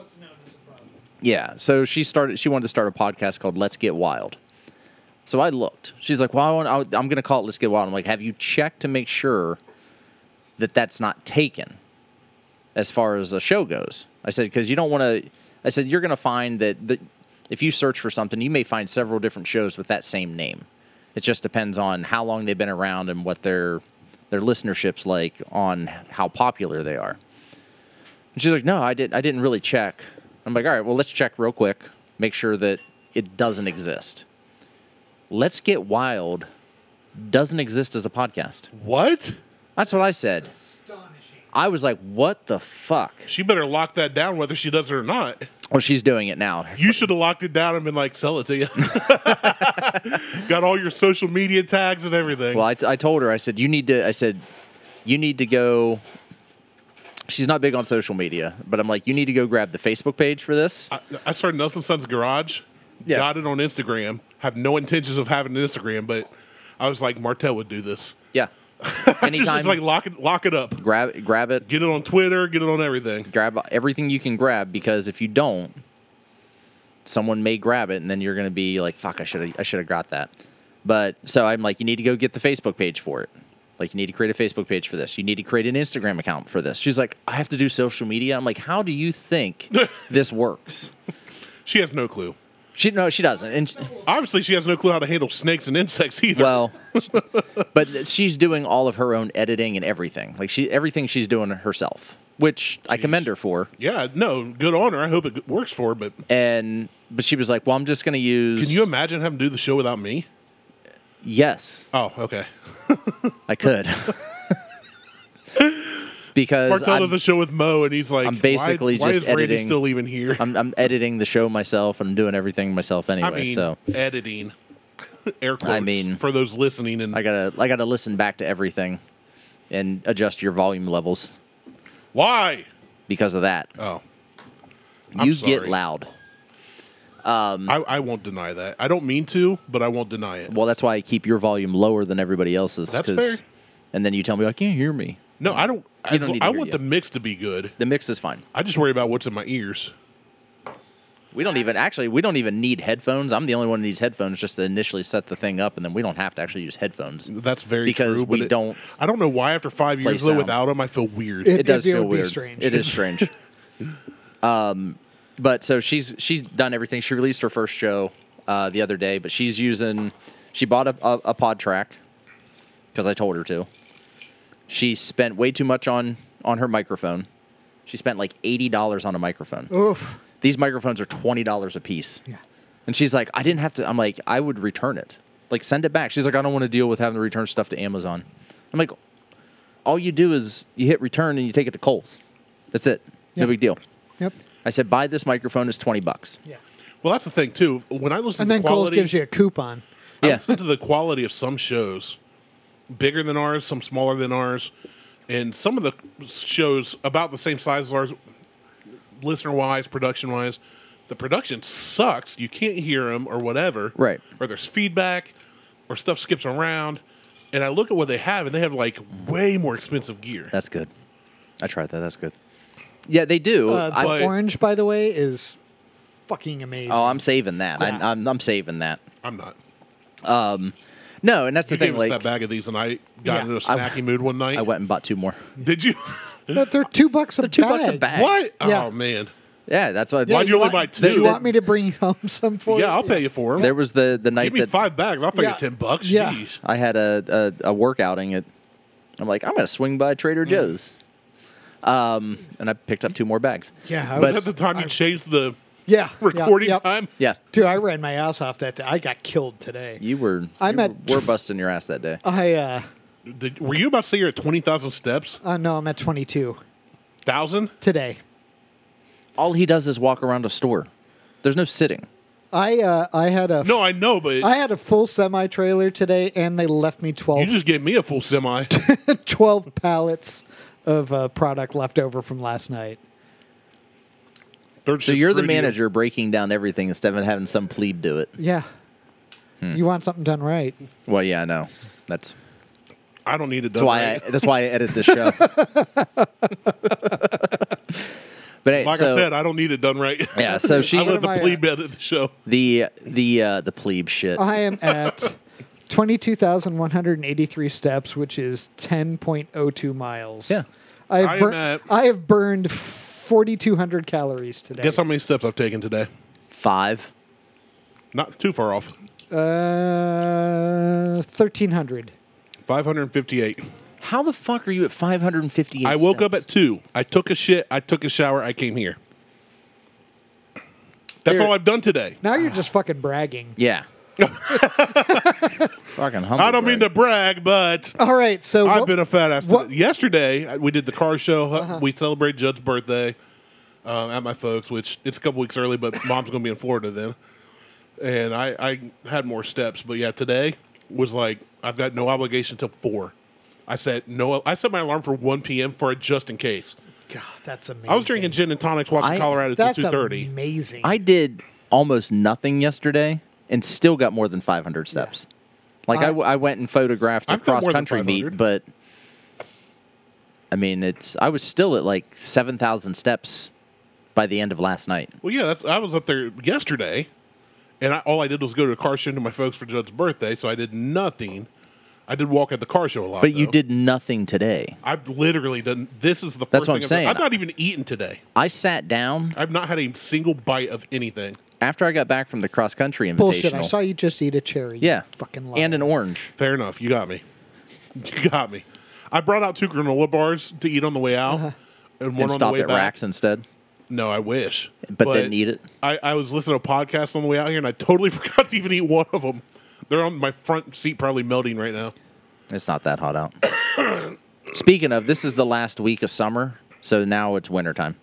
yeah. So she started. She wanted to start a podcast called Let's Get Wild. So I looked. She's like, "Well, I want, I, I'm going to call it Let's Get Wild." I'm like, "Have you checked to make sure that that's not taken as far as the show goes?" I said, "Because you don't want to." I said, "You're going to find that the, if you search for something, you may find several different shows with that same name. It just depends on how long they've been around and what their their listenership's like on how popular they are." And she's like, "No, I didn't. I didn't really check." I'm like, "All right, well, let's check real quick, make sure that it doesn't exist." Let's get wild. Doesn't exist as a podcast.
what
That's what I said. I was like, "What the fuck?"
she better lock that down whether she does it or not
Well, she's doing it now.
You should have locked it down and been like, sell it to you. Got all your social media tags and everything.
Well, I, t- I told her, I said, you need to, I said, you need to go. She's not big on social media, but I'm like, you need to go grab the Facebook page for this.
I, I started Nelson Son's Garage,
Yeah.
got it on Instagram. Have no intentions of having an Instagram, but I was like, Martel would do this.
Yeah.
It's just,
Anytime,
it's like lock it, lock it up.
grab, grab it,
Get it on Twitter. Get it on everything.
grab everything you can grab because if you don't, someone may grab it and then you're going to be like, "Fuck, I should have, I should have got that." But so I'm like, you need to go get the Facebook page for it. Like, you need to create a Facebook page for this. You need to create an Instagram account for this. She's like, I have to do social media. I'm like, how do you think this works?
She has no clue.
She no, she doesn't. And
Obviously, she has no clue how to handle snakes and insects either.
well, but she's doing all of her own editing and everything. Like she, everything she's doing herself, which I commend her for.
Yeah, no, good on her. I hope it works for her, but
And but she was like, "Well, I'm just going to use."
can you imagine having to do the show without me?
yes,
Oh, okay.
I could. because
Mark
I'm,
does the show with Mo, and he's like,
I'm basically
why, why
just
is Randy
editing-
still even here?
I'm, I'm editing the show myself and I'm doing everything myself anyway.
I mean,
so
editing. Air quotes.
mean-
for those listening, and
I gotta I gotta listen back to everything and adjust your volume levels
why?
because of that.
Oh, I'm
you get
sorry.
loud.
I, I won't deny that. I don't mean to, but I won't deny it.
Mm. Well, that's why I keep your volume lower than everybody else's.
That's
'cause-
fair.
And then you tell me I can't hear me.
No, I don't.
You
I,
don't need to
I
hear
want
you.
the mix to be good.
The mix is fine.
I just worry about what's in my ears.
We don't even actually we don't even need headphones. I'm the only one who needs headphones just to initially set the thing up, and then we don't have to actually use headphones.
That's very
Because
true.
we
but it-
don't
I don't know why after five
play
years though
sound.
without them, I feel weird.
It-
it does
it would
feel
be
weird.
strange.
It is strange. um, but so she's she's done everything. She released her first show uh, the other day, but she's using she bought a, a, a pod track because I told her to. She spent way too much on on her microphone. She spent like eighty dollars on a microphone.
Oof.
These microphones are twenty dollars a piece.
Yeah.
And she's like, I didn't have to. I'm like, I would return it. Like, send it back. She's like, I don't want to deal with having to return stuff to Amazon. I'm like, all you do is you hit return and you take it to Kohl's. That's it.
Yeah.
No big deal.
Yep.
I said, buy this microphone. It's 20 bucks.
Yeah.
well, that's the thing too. When I listen
And
to
then Coles
quality,
gives you a coupon.
I
Yeah.
listen to the quality of some shows, bigger than ours, some smaller than ours, and some of the shows about the same size as ours, listener wise, production wise. The production sucks. You can't hear them or whatever.
Right.
Or there's feedback, or stuff skips around. And I look at what they have, and they have like way more expensive gear.
That's good. I tried that. That's good. Yeah, they do.
Uh, the
I-
but-
orange, by the way, is fucking amazing.
oh, I'm saving that.
Yeah.
I, I'm, I'm saving that.
I'm not.
No, and that's
You
the thing.
gave us
Like,
that bag of these, and I got
Yeah.
into a
I-
snacky mood one night.
I went and bought two more.
Did you?
No, they're two bucks a
Two
bag.
bucks a bag.
what?
Yeah.
Oh man!
Yeah, that's what.
Yeah,
Why'd you only
want-
buy two?
Do you want me to bring home some for you?
yeah, I'll pay you for them.
There was the the night
Give me
that
five bags. I'll
Oh,
throw
Yeah.
you ten bucks.
Yeah.
Jeez.
I had a, a, a work outing at, I'm like, I'm going to swing by
Mm.
Trader Joe's. Um, and I picked up two more bags.
Yeah, I
But-
Is that the time you changed the
Yeah.
recording
yeah, yep.
time?
yeah.
Dude, I ran my ass off that day. I got killed today.
You were,
I'm
you
at-
were, were busting your ass that day.
I uh,
Did, were you about to say you're at twenty thousand steps?
uh no, I'm at 22
Thousand?
today.
All he does is walk around a store. There's no sitting.
I uh, I had a
No, I know, but
I had a full semi trailer today, and they left me
you
12,
just gave me a full semi.
12 pallets of uh, product left over from last night.
Third
So you're the manager breaking down everything instead of having some plebe do it.
Yeah.
Hmm.
You want something done right.
Well, yeah, I know. That's,
I don't need it
that's
done.
why I,
right.
that's why I edit this show. but hey,
like
so,
I said, I don't need it done right.
yeah, so she
I let the
am I
plebe edit the show.
the the uh, the plebe shit.
I am at 22,183 steps, which is 10.02 miles.
Yeah.
I have,
I am
bur-
at-
I have burned 4,200 calories today.
Guess how many steps I've taken today?
Five.
Not too far off.
Uh, 1,300.
Five hundred and fifty-eight.
How the fuck are you at 558?
I woke up
steps?
at two. I took a shit. I took a shower. I came here. That's
There-
all I've done today.
Now
Ah.
you're just fucking bragging.
Yeah. Fucking humble.
I don't mean to brag, but
All right, so
I've
what-
been a fat ass.
what- Uh-huh.
Yesterday, I- we did the car show. We celebrated Judd's birthday um, at my folks, which it's a couple weeks early, but mom's going to be in Florida then. And I, I had more steps, but yeah, today was like I've got no obligation till four. I said no. I set my alarm for one p.m. for a just in case.
God, that's amazing.
I was drinking gin and tonics, watching
I-
Colorado till
That's
two thirty.
amazing.
I did almost nothing yesterday and still got more than 500 steps. Like I,
I-
w- I went and photographed a
I've got
cross
more than
country meet,
500.
but I mean it's I was still at like 7,000 steps by the end of last night.
Well, yeah, that's I was up there yesterday, and I, all I did was go to a car show to my folks for Judd's birthday, so I did nothing. I did walk at the car show a lot,
But you
though.
did nothing today.
I've literally done. This is the
That's
first
what
thing
I'm
I've done.
saying.
I've not even eaten today.
I sat down
I've not had a single bite of anything.
after I got back from the cross country invitational.
Bullshit. I saw you just eat a cherry. you
yeah,
Fucking liar.
and an orange.
Fair enough. You got me. You got me. I brought out two granola bars to eat on the way out, and one
Uh-huh. and
on the
stopped
way
at
back.
racks instead,
No, I wish,
but, didn't eat it.
I, I was listening to a podcast on the way out here, and I totally forgot to even eat one of them. They're on my front seat, probably melting right now.
It's not that hot out. Speaking of, this is the last week of summer, so now it's wintertime.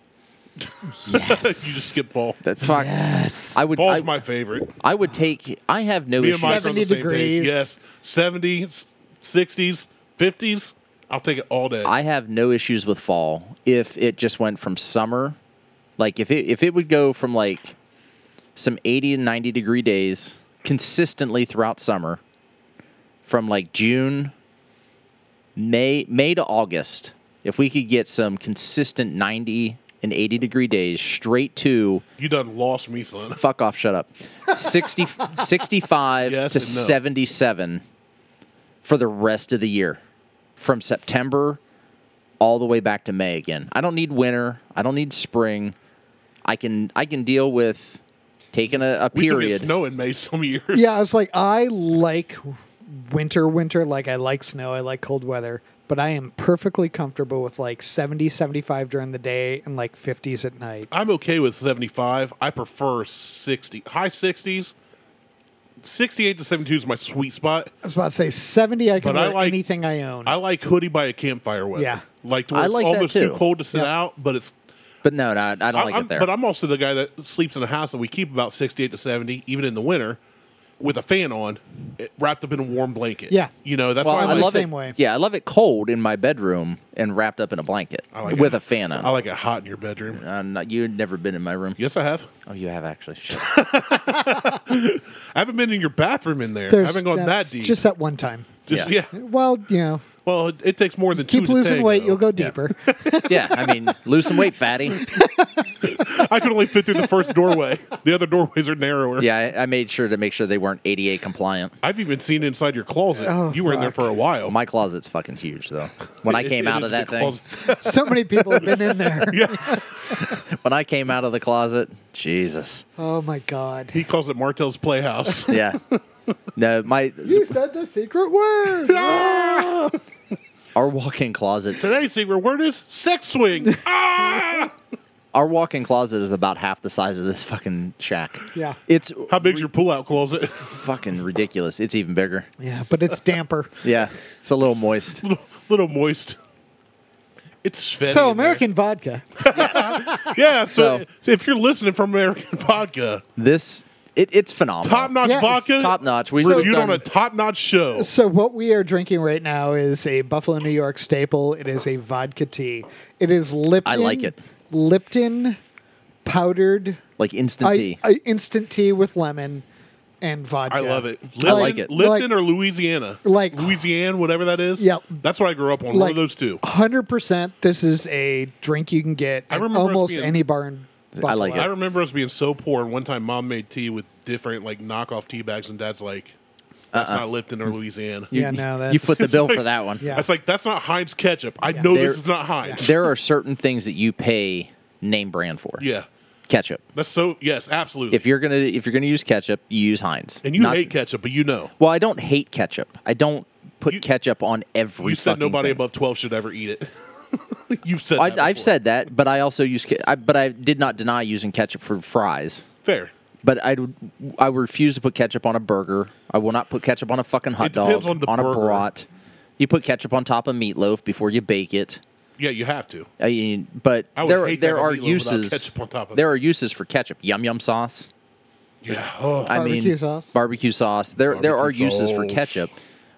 you just skip fall.
That fuck.
Yes.
I would. I,
Fall's my favorite.
I would take. I have no.
Me and Mike are on
issues.
70
the same page.
degrees.
Yes, seventies, sixties, fifties. I'll take it all day.
I have no issues with fall if it just went from summer, like if it if it would go from like some eighty and ninety degree days consistently throughout summer, from like June, May May to August. If we could get some consistent ninety and eighty degree days straight to
you done lost me, son.
fuck off, shut up, 60, 65
Yes
to
and no.
seventy seven for the rest of the year, from September all the way back to May again. I don't need winter. I don't need spring. I can I can deal with taking a, a
We still get
period.
snow in May some years.
yeah, I was like, I like winter, winter. Like, I like snow. I like cold weather. But I am perfectly comfortable with like 70, 75 during the day and like 50s at night.
I'm okay with 75. I prefer 60. High 60s. 68 to 72 is my sweet spot.
I was about to say 70, I can
But I
wear
like-
anything I own.
I like hoodie by a campfire weather.
Yeah.
Like to where
I
it's
like that
almost too
too.
cold to sit
Yeah.
out, but it's
But no, no, I don't
I-
like
I'm-
it there.
But I'm also the guy that sleeps in a house that we keep about 68 to 70 even in the winter with a fan on, it- wrapped up in a warm blanket.
Yeah.
You know, that's
Well,
why I,
I'm
I
the
like,
love
same
it.
way.
Yeah, I love it cold in my bedroom and wrapped up in a blanket
I like
with
it.
a fan on.
I like it hot in your bedroom.
I'm not- you've never been in my room.
Yes, I have.
Oh, you have actually. Shit.
I haven't been in your bathroom in there.
There's-
I haven't gone that
that's
deep.
Just that one time.
Just-
Yeah.
yeah.
Well, you know,
Well, it, it takes more than two
keep
to
losing
tango.
weight, you'll go
Yeah.
deeper.
yeah, I mean, lose some weight, fatty.
I could only fit through the first doorway. The other doorways are narrower.
Yeah, I, I made sure to make sure they weren't ADA compliant.
I've even seen inside your closet.
Oh,
you were in there for a while.
My closet's fucking huge though. When I
It-
came
it
out of
is a
that
big
thing,
closet.
so many people have been in there.
when I came out of the closet, Jesus.
Oh my God.
He calls it Martell's Playhouse.
Yeah. No, my
You said the secret word.
our walk-in closet
Today's secret word is sex swing.
our walk-in closet is about half the size of this fucking shack.
Yeah.
It's
How big's your pull-out closet?
fucking ridiculous. It's even bigger.
Yeah, but it's damper.
Yeah. It's a little moist.
little, little moist. It's Svetty
so
in there.
American vodka.
Yeah, so,
So-
so if you're listening from American Vodka,
This it, it's phenomenal.
top notch
Yes,
vodka,
Top notch. We
reviewed
done-
on a top notch show.
So what we are drinking right now is a Buffalo, New York staple. It is a vodka tea. It is Lipton.
I like it.
Lipton powdered
like instant
I,
tea.
I, instant tea with lemon and vodka.
I love it. Lipton,
like it.
Lipton
Like-
or Louisiana,
Like-
Louisiana, whatever that is.
Yep.
that's what I grew up on. one of those two.
Hundred percent. This is a drink you can get
I
at
remember us
almost
being-
any bar in Buffalo.
like
I
it.
remember us being so poor, and one time mom made tea with different like knockoff tea bags, and dad's like, "That's not Lipton or Louisiana."
Yeah, no, that's
you put the bill for that one.
Yeah.
That's like that's not Heinz ketchup. I know
There-
this is not Heinz.
There are certain things that you pay name brand for.
Yeah,
Ketchup.
that's so. Yes, absolutely.
If you're gonna if you're gonna use ketchup, you use Heinz.
and you
Not-
hate ketchup, but you know,
Well, I don't hate ketchup. I don't put
You-
ketchup on every.
you said
fucking
nobody
thing.
above twelve should ever eat it. You've said.
I,
that
I've
before.
said that, but I also use. ke- I, but I did not deny using ketchup for fries.
fair.
But I would. I refuse to put ketchup on a burger. I will not put ketchup on a fucking hot
It depends
dog.
on the
a
burger.
brat. You put ketchup on top of meatloaf before you bake it.
Yeah, you have to.
I mean, but
I would
there
hate to
there
have a
are
meatloaf without
uses.
ketchup on top of
there
it.
are uses for ketchup. Yum yum sauce.
Yeah. Oh.
I
Barbecue
mean,
sauce.
Barbecue sauce. There there are
Barbecue
uses for
sauce.
ketchup.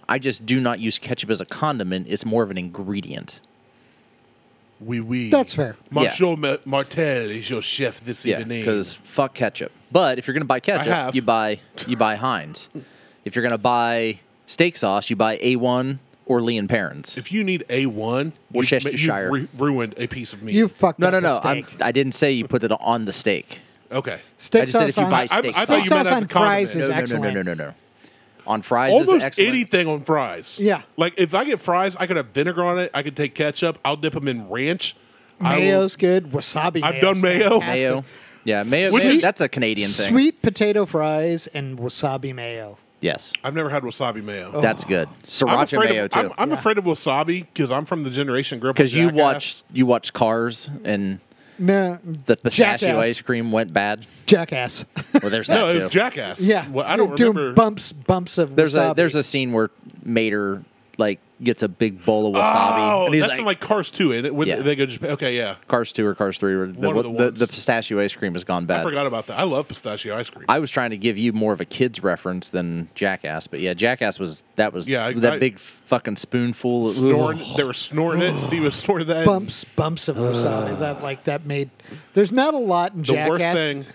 I just do not use ketchup as a condiment. It's more of an ingredient.
Oui, oui.
That's fair.
Monsieur Ma- Martel is your chef this
Yeah,
evening.
because fuck ketchup. But if you're gonna buy ketchup,
have.
you buy you buy Heinz. if you're gonna buy steak sauce, you buy A one or Lee and Perrins.
if you need a one,
Or
you've, ma-
Cheshire.
you've ru- ruined a piece of meat.
You fucked
no,
up
no,
the
no. I'm,
steak.
I didn't say you put it on the steak.
okay.
Steak
I just said
sauce
if you
on-
buy
I, I
steak
thought
sauce.
you
Sauce
meant as
on
a
fries
No,
condiment.
is
no, no, no,
excellent.
no, no, no. On fries is
Almost
excellent.
anything on fries.
Yeah.
Like if I get fries, I could have vinegar on it. I could take ketchup. I'll dip them in ranch. I will-
Mayo's good. Wasabi.
I've
mayo's
done mayo.
fantastic.
Mayo. Yeah, mayo.
Which
mayo-
is-
that's a Canadian thing.
Sweet potato fries and wasabi mayo.
Yes,
I've never had wasabi mayo.
that's good. Sriracha
afraid
mayo
of,
too.
I'm, I'm afraid of wasabi because I'm from the generation grip.
because you watched you watched Cars and
No,
the pistachio
jackass.
ice cream went bad.
Jackass.
Well, there's
No,
that
it
too.
was Jackass.
yeah,
Well, I don't
They're doing
remember.
bumps bumps of
there's
wasabi.
a there's a scene where Mater like gets a big bowl of wasabi
Oh,
and he's
that's
like,
in like Cars too. And it, when
Yeah.
they go just okay, yeah.
Cars two or Cars three. Or the,
One of the
the,
ones.
the pistachio ice cream has gone
I
bad.
forgot about that. I love pistachio ice cream.
I was trying to give you more of a kid's reference than Jackass, but yeah, Jackass was that was
Yeah, I-
that
I-
big fucking spoonful. of-
snoring,
Ugh.
they were snorting it. Steve was snorting that.
bumps bumps of
Uh.
wasabi that like that made. There's not a lot in
The
Jackass.
worst thing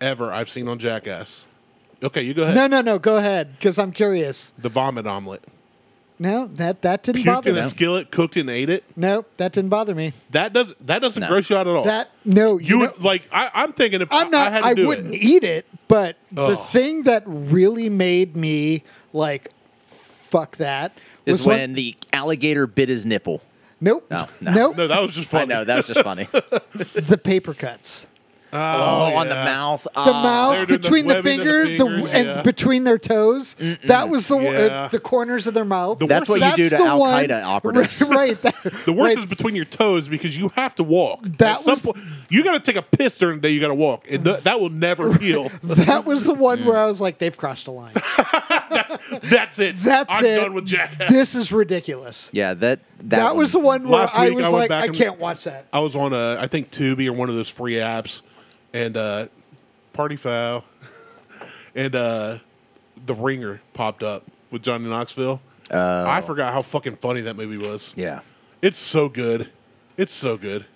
ever I've seen on Jackass. Okay, you go ahead.
No, no, no. Go ahead, because I'm curious.
The vomit omelet.
No, that that didn't
Puked
bother
in
me.
a skillet, cooked and ate it.
No, that didn't bother me.
That does that doesn't
No.
gross you out at all.
That no, you.
Oh. you
know,
would like. I, I'm thinking if
I'm
I
not.
had to
I,
do
wouldn't
it,
eat it, but the
Ugh.
thing that really made me like, fuck that
is
was when-
when the alligator bit his nipple.
nope,
No, no.
nope,
no, that was just
I
funny.
know that was just funny. oh,
the paper cuts.
on the
yeah.
mouth.
The
Ah.
They're
mouth
doing the
between the,
webbing of the
fingers, the
fingers,
and
yeah.
between their toes. That was the one-
Yeah.
uh, the corners of their mouth.
That's
worst
what you do to
the
Al
one-
Qaeda operatives.
Right. right that,
The worst
right,
is between your toes because you have to walk.
That was-
point, you got to take a piss during the day. You got to walk, and th- that will never heal.
that was the
Mm.
one where I was like, they've crossed a line.
That's it.
That's
I'm
it.
done with Jackass.
This is ridiculous.
Yeah, that that,
That was the one where
Last
I
week,
was
I went
like,
back
I
and-
can't watch that.
I was on a, I think Tubi or one of those free apps, and uh, Party Foul, and uh, The Ringer popped up with Johnny Knoxville. I forgot how fucking funny that movie was.
Yeah.
It's so good. It's so good.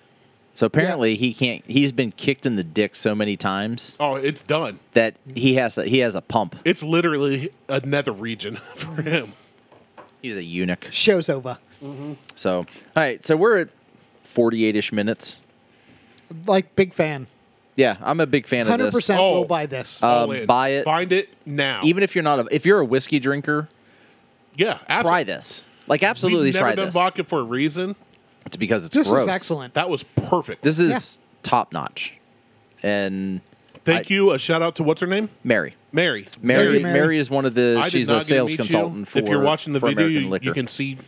So apparently he can't. He's been kicked in the dick so many times
Oh, it's done.
that he has a, he has a pump.
It's literally another region for him.
He's a eunuch.
Show's over.
So all right, so we're at forty eight ish minutes.
Like big fan.
Yeah, I'm a big fan
Hundred
of this.
percent
Oh.
will buy this.
Um,
All in.
buy it.
Find it now.
Even if you're not a if you're a whiskey drinker,
yeah, absolutely.
try this. Like absolutely
We've never
try
done
this.
vodka for a reason.
It's because it's
this
gross.
was excellent.
That was perfect.
This is top notch. And
Thank
I-
you. A shout out to what's her name?
Mary.
Mary.
Mary,
you,
Mary,
Mary.
is one of the.
I did
she's
not
a
get to
sales
meet
consultant
you.
for.
If you're watching the
for
video,
American
you,
Liquor.
you can see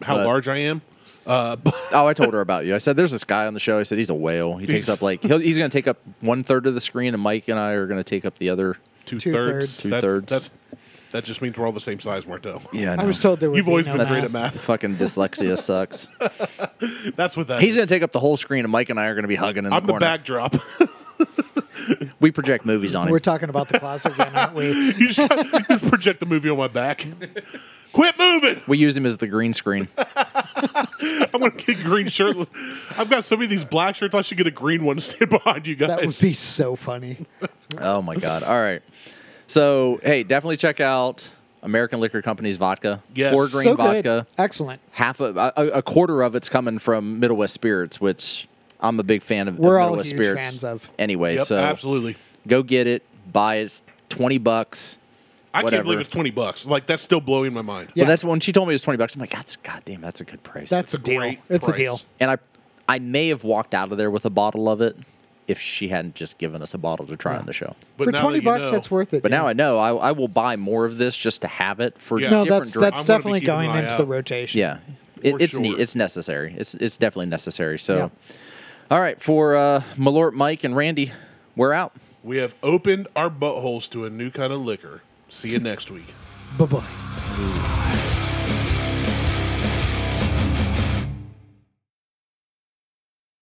how
But-
large I am. Uh, but
Oh, I told her about you. I said, "There's this guy on the show." I said, "He's a whale. He takes
He's-
up like he'll, he's going to take up one third of the screen, and Mike and I are going to take up the other."
two
Two-thirds.
thirds. That,
Two-thirds.
That's that just means we're all the same size, Marteau.
Yeah,
I was told there would
You've
be
always
no
been great at
math.
math.
fucking dyslexia sucks.
That's what that.
He's
is.
going to take up the whole screen, and Mike and I are going to be hugging in
I'm
the
the
corner.
backdrop.
We project movies on him.
We're talking about the closet again, aren't we?
you just gotta- you project the movie on my back. Quit moving.
we use him as the green screen.
I'm gonna get a green shirt. I've got so many of these black shirts. I should get a green one to stand behind you guys.
That would be so funny.
oh my god! All right. So hey, definitely check out American Liquor Company's vodka.
Yes.
Four green
so
vodka.
good. Excellent.
half of a, a quarter of it's coming from Middle West Spirits, which I'm a big fan of.
We're
of
all
Middle West
huge
Spirits
fans of.
Anyway,
Yep,
so
absolutely.
go get it, buy it. It's Twenty bucks.
I
Whatever.
can't believe it's twenty bucks. Like that's still blowing my mind.
Yeah.
Well, that's when she told me it was twenty bucks. I'm like, that's goddamn, that's a good price.
That's a, deal.
great
It's a
price.
deal.
and I, I may have walked out of there with a bottle of it if she hadn't just given us a bottle to try on the show.
But
for
now
twenty
that you
bucks,
know-
that's worth it.
But now
yeah.
I know I, I will buy more of this just to have it for
Yeah.
no,
different
that's
drinks.
that's
I'm gonna
definitely
be keeping an
going
eye
into
out.
the rotation.
Yeah, it,
For
it's
sure.
neat. It's necessary. It's it's definitely necessary. So, all right, for uh, Malort, Mike, and Randy, we're out.
We have opened our buttholes to a new kind of liquor. See you next week.
Bye bye.